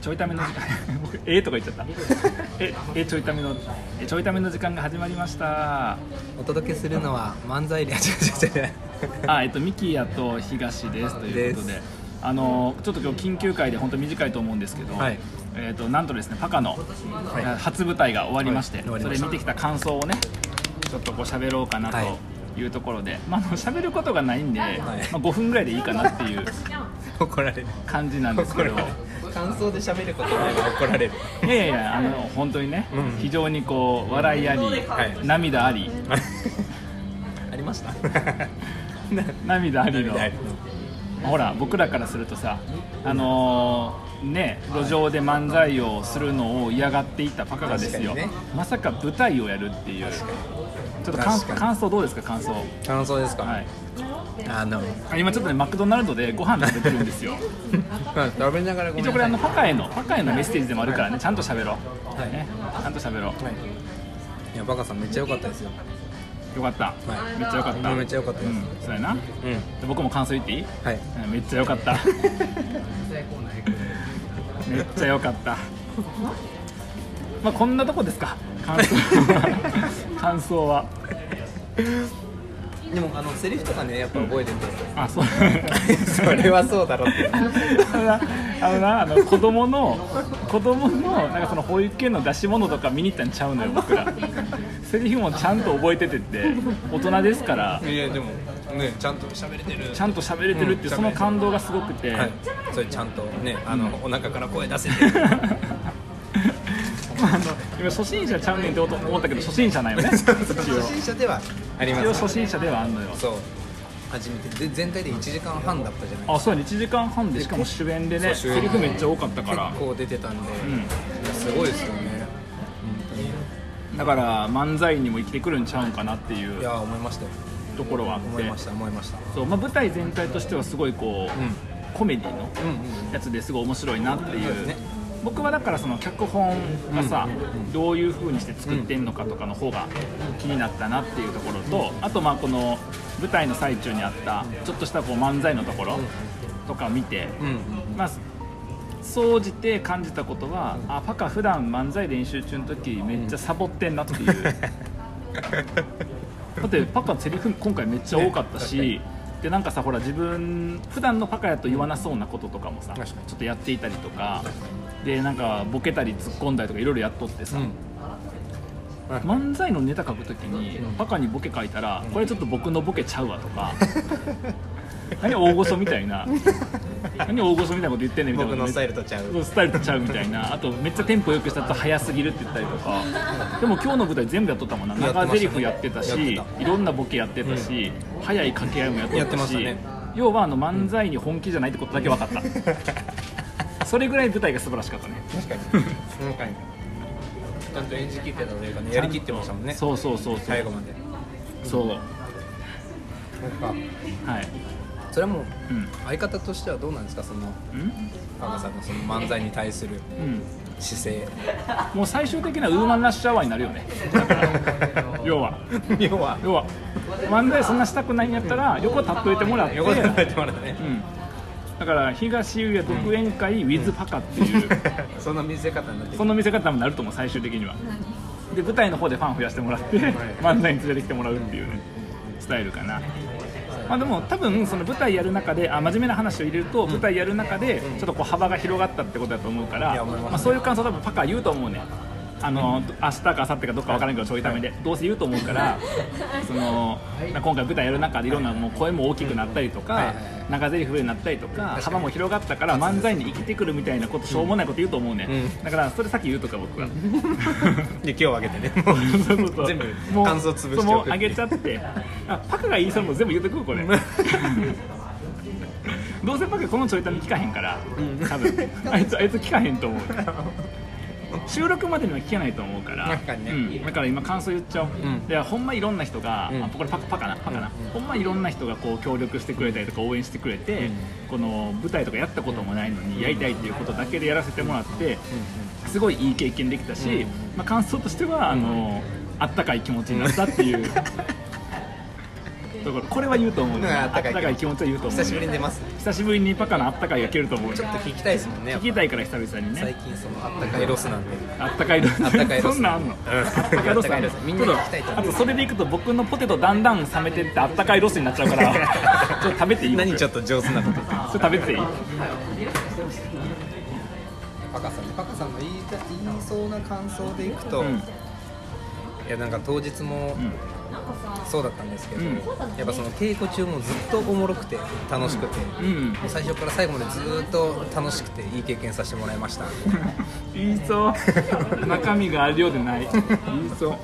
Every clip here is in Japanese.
ちょいための時間 僕えーとか言っちゃったええちょいためのえちょいための時間が始まりましたお届けするのは漫才 で違う違う違うあえっとミキヤと東ですということでですあのちょっと今日緊急会で本当短いと思うんですけど、はいえっとなんとですねパカのい初舞台が終わりまして、はい終わりそまれした見てきた感想をねちょっとこう喋ろうかなはいというところで、まああの喋ることがないんで、いまあ5分ぐらいでいいかなっていう怒られる感じなんです怒けらどれる。感想で喋ることないの怒られるいやいやあの本当にね、うん非常にこう笑いあり、はい涙ありありました涙ありの 涙ありほら僕らからするとさあのーね路上で漫才をするのを嫌がっていたパカがですよ、確かにねまさか舞台をやるっていうちょっと感確かに感想どうですか感想感想ですか、はいあの あ今ちょっとねマクドナルドでご飯食べてるんですよまあ食べながらごめん一な応これあさいのパカへのパカへのメッセージでもあるからねちゃんと喋ろう、はいね、ちゃんと喋ろうはいいやバカさんめっちゃ良かったですよよかった、はいめっちゃよかっためっちゃ良かったうですんそうやなでうん僕も感想言っていいはいめっちゃ良かった めっちゃ良かったまあこんなとこですか感 想は感想はでもあのセリフとかねやっぱ覚えててあそう それはそうだろってあのなあのなあの子供の子供のなんかその保育園の出し物とか見に行ったんちゃうのよ僕らセリフもちゃんと覚えててって大人ですからいやでもねちゃんと喋れてるちゃんと喋れてるっていうその感動がすごくて、はい、それちゃんとねあの、お腹から声出せて まあ、あの今初心者ちゃうねんってこと思ったけど初心者なんよ ね一応初心者ではありま一応す初心者ではあんのよそう初めてで全体で1時間半だったじゃないあそうやね1時間半でしかも主演でねそう主演セリフめっちゃ多かったから結構出てたんで、うすごいですよねんだから漫才にも生きてくるんちゃうんかなっていいうや思いましたよところはあっ思いてました思いましたそう、まあ、舞台全体としてはすごいこう、うコメディのんうんうんやつですごい面白いなっていそうでうすね僕はだからその脚本がさ、どういう風にして作ってんのかとかの方が気になったなっていうところとあとまあこの舞台の最中にあったちょっとしたこう漫才のところとか見て、うんまあ総じて感じたことは、あパカ普段漫才練習中の時めっちゃサボってんな っていう、だってパカセリフ今回めっちゃ多かったし、でなんかさほら自分普段のパカやと言わなそうなこととかもさ、確ちかにょっとやっていたりとかでなんかボケたり突っ込んだりとかいろいろやっとってさ、漫才のネタ書くときにバカにボケ書いたらこれちょっと僕のボケちゃうわと か何大御所みたいな何大御所みたいなこと言ってんねんみたいな僕のスタイルとちゃうそうスタイルとちゃうみたいなあとめっちゃテンポよくしたと早すぎるって言ったりとかでも今日の舞台全部やっとったもんなやってました長ねゼリフやってたしやっていろんなボケやってたし、早い掛け合いもやっとやっってたまししたね要はあの漫才に本気じゃないってことだけ分かった、それぐらい舞台が素晴らしかったね確かに確かにちゃんと演じきってたというかねやりきってましたもんねそうそうそうそう最後までそうなんかはいそれはもううん相方としてはどうなんですかそのうパカさんのその漫才に対すん、るうん、姿勢もう最終的なウーマンラッシュアワーになる よねだから要は要 は要は漫才そんなしたくないんやったら横立っといてもらって、横で食うべてもらってねん、だから東優也独演会 with パカって いう、その見せ方になってその見せ方になると思う最終的にはで舞台の方でファン増やしてもらって漫才に連れてきてもらうっていうねスタイルかなまあでも多分その舞台やる中であ真面目な話を入れると舞台やる中でちょっとこう幅が広がったってことだと思うからいや思いますまあそういう感想多分パカ言うと思うねあの明日か明後日かどっか分からんけどちょいためでどうせ言うと思うからその まあ今回舞台やる中でいろんなもう声も大きくなったりとはかいはいはい長ゼリフになったりとか幅も広がったから漫才に生きてくるみたいなことしょうもないこと言うと思うね、うんだからそれさっき言うとか僕はで今日あげてね そうそうそう全部もう感想潰しておくっていうそうもうあげちゃってあパカが言いそうなもん全部言うとくこれ どうせパカこのちょいため聞かへんから多分 あいつあいつ聞かへんと思う収録までには聞けないと思うから確かにねうんだから今感想言っちゃおう、んいやほんまいろんな人が、うんあこれパカパカなパカな、ほんまいろんな人がこう協力してくれたりとか応援してくれて、この舞台とかやったこともないのにやりたいっていうことだけでやらせてもらって、すごいいい経験できたし、うんまあ、 感想としてはあの、あったかい気持ちになったっていうだからこれは言うと思うようんあったかあっいたかい気持ちは言うと思うよ久しぶりに出ます久しぶりにパカのあったかいがけると思うよちょっと聞きたいですもんねや聞っきぱたいから久々に最ね近そのあったかいロスなんであったかいロスあったかいロスそんなんあんのうんあったかいロスあんのあったかいロスみんなに聞きたいとただ思あうとそれでいくと僕のポテトだんだん冷めてってあったかいロスになっちゃうから ちょっと食べていい何ちょっっと上手なこととそれ食べていい パカさんパカさんの言いた言いそうな感想でいくと、うんいやなんか当日もうんそうだったんですけど、うんやっぱその稽古中もずっとおもろくて楽しくて、うんもう最初から最後までずーっと楽しくていい経験させてもらいました言い そう中身があるようでない言いそう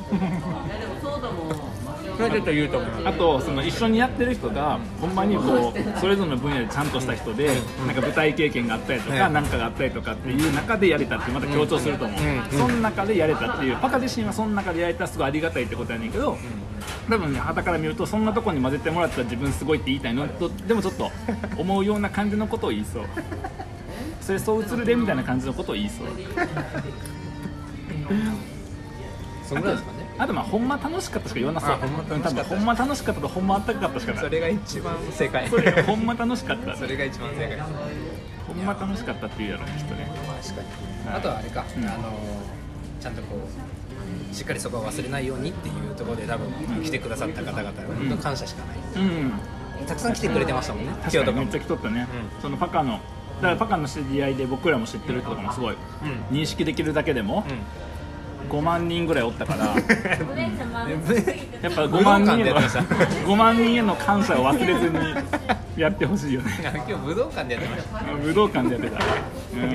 それは絶対言うと思うあとその一緒にやってる人がほんまにこうそれぞれの分野でちゃんとした人でなんか舞台経験があったりとはかい何かがあったりとかっていう中でやれたってまた強調すると思う、うんうんその中でやれたっていうパカ自身はその中でやれたらすごいありがたいってことやねんけど多分ねはから見るとそんなとこに混ぜてもらったら自分すごいって言いたいのとでもちょっと思うような感じのことを言い そうそれそう映るでみたいな感じのことを言いそうそんぐらいですかねあとまあほんま楽しかったしか言わなそうあほんま楽しかった多分ほんま楽しかったとほんまあったかかったしかないそれが一番正解それほんま楽しかったそれが一番正解確ほんま楽しかったって言うやろねきっとねかにはいあとはあれか、うんあのちゃんとこうしっかりそこは忘れないようにっていうところで多分来てくださった方々の感謝しかない、うんたくさん来てくれてましたもんね今日確とかかにもめっちゃ来とったね、そのパカのだからパカの知り合いで僕らも知ってる人とかもすごい認識できるだけでも5万人ぐらいおったからやっぱ5万人へ武道館でのやってました 5万人への感謝を忘れずにやってほしいよね 今日武道館でやってました武道館でやってた、うん、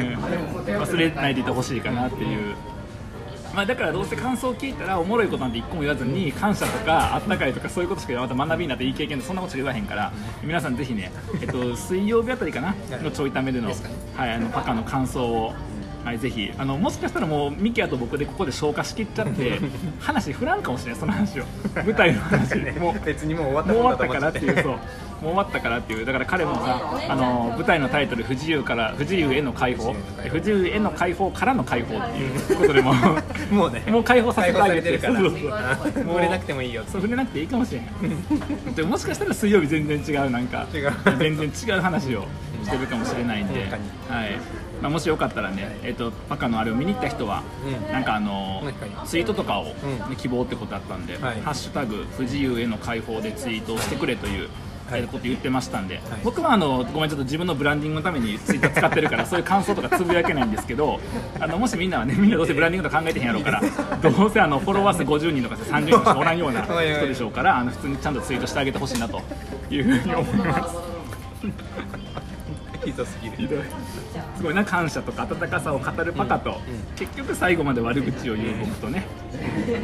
忘れないでいてほしいかなっていう、まあ、だからどうせ感想を聞いたらおもろいことなんて一個も言わずに感謝とかあったかいとかそういうことしかまた学びになっていい経験でそんなことしか言わへんから皆さんぜひ ね、えっと、水曜日あたりかなのちょいためでの,、ですかねはい、あのパカの感想を。はい、ぜひあのもしかしたらもうミキアと僕でここで消化しきっちゃって 話振らんかもしれないその話を舞台の話もう別にもう終わもう終わったからっていうそうもう終わったからっていうだから彼もさあの舞台のタイトル「不自由から不自由への解放」「不自由への解放からの解放」っていうことでも もうねもう解放させてあげて解放されてるそうからそうそう触れなくてもいいよそう触れなくていいかもしれない でもしかしたら水曜日全然違うなんか違う全然違う話をしてるかもしれないんで、うん確はいまあ、もしよかったらね、えっとパカのあれを見に行った人は、うんなんかあの確かにツイートとかを、ねう希望ってことだったんで「はいハッシュタグ不自由への解放」でツイートをしてくれという。はいえーこと言ってましたんで、い僕はあのごめんちょっと自分のブランディングのためにツイッター使ってる からそういう感想とかつぶやけないんですけどあのもしみんなはねみんなどうせブランディングとか考えてへんやろう からどうせあのフォロワー数50人とかさ30人しかおらんよう な人でしょうからあの普通にちゃんとツイートしてあげてほしいなというふうに思います。ひどすぎひるどいすごいな感謝とか温かさを語るパカと、結局最後まで悪口を言う僕とね、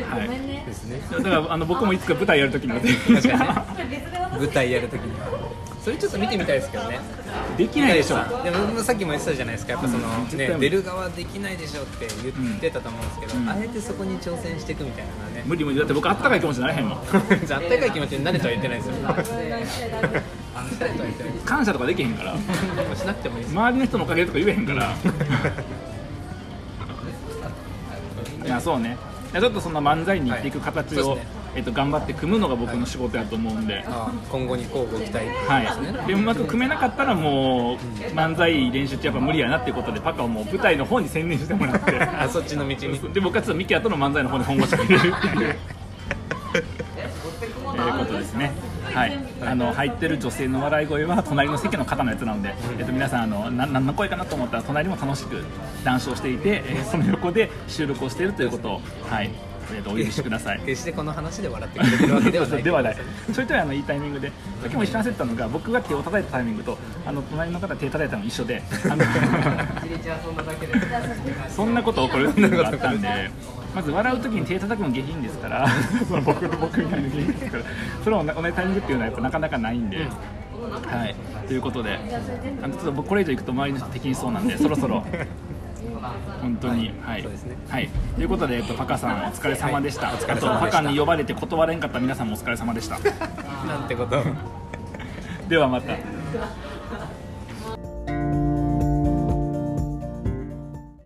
はいですねだからあの僕もいつか舞台やるときには確か舞台やるときにはそれちょっと見てみたいですけどねできないでしょでもさっきも言ってたじゃないですかやっぱその、うんね、出る側できないでしょって言ってたと思うんですけど、うんあえてそこに挑戦していくみたいなのはね、無理無理だって僕あったかい気持ちになれへんもんじゃああったかい気持ちになれとは言ってないですよ慣れとは言ってないで感謝とかできへんからすしなくてもいいです周りの人のおかげとか言えへん からいやそうねいやちょっとその漫才に行っていく形を、はいそうですねえっと、頑張って組むのが僕の仕事やと思うんで、あ今後に交互 期待はい、でうまく組めなかったらもう漫才練習ってやっぱ無理やなっていうことでパカをもう舞台の方に専念してもらっあてそっちの道にで僕はちょっとミキアとの漫才の方に本腰を 入れるっていう。ということですね。はい、あの入ってる女性の笑い声は隣の席の方のやつなので、えっと皆さんあのな何の声かなと思ったら隣も楽しく談笑していて、えーその横で収録をしているということをはい、えっとお許しください。決してこの話で笑ってくれてるわけ ではないでは ないちょいちょいあのいいタイミングでさっきも一緒に焦ったのが僕が手を叩いたタイミングとあの隣の方が手を叩いたの一緒であ のそんなこと起こるっていうのがあったんでまず笑う時に手叩くの下品ですから その僕の僕みたいな下品ですからそれを同じタイミングっていうのはやっぱなかなかないんで。はい、ということで、あのちょっと僕これ以上行くと周りの人敵にそうなんで、そろそろ。本当に、はい、そうですねはい、ということで、えっと、パカさん、お疲れ様でした。はいお疲れ様あでと、したパカに呼ばれて断れんかった皆さんもお疲れ様でした。なんてことでは、また。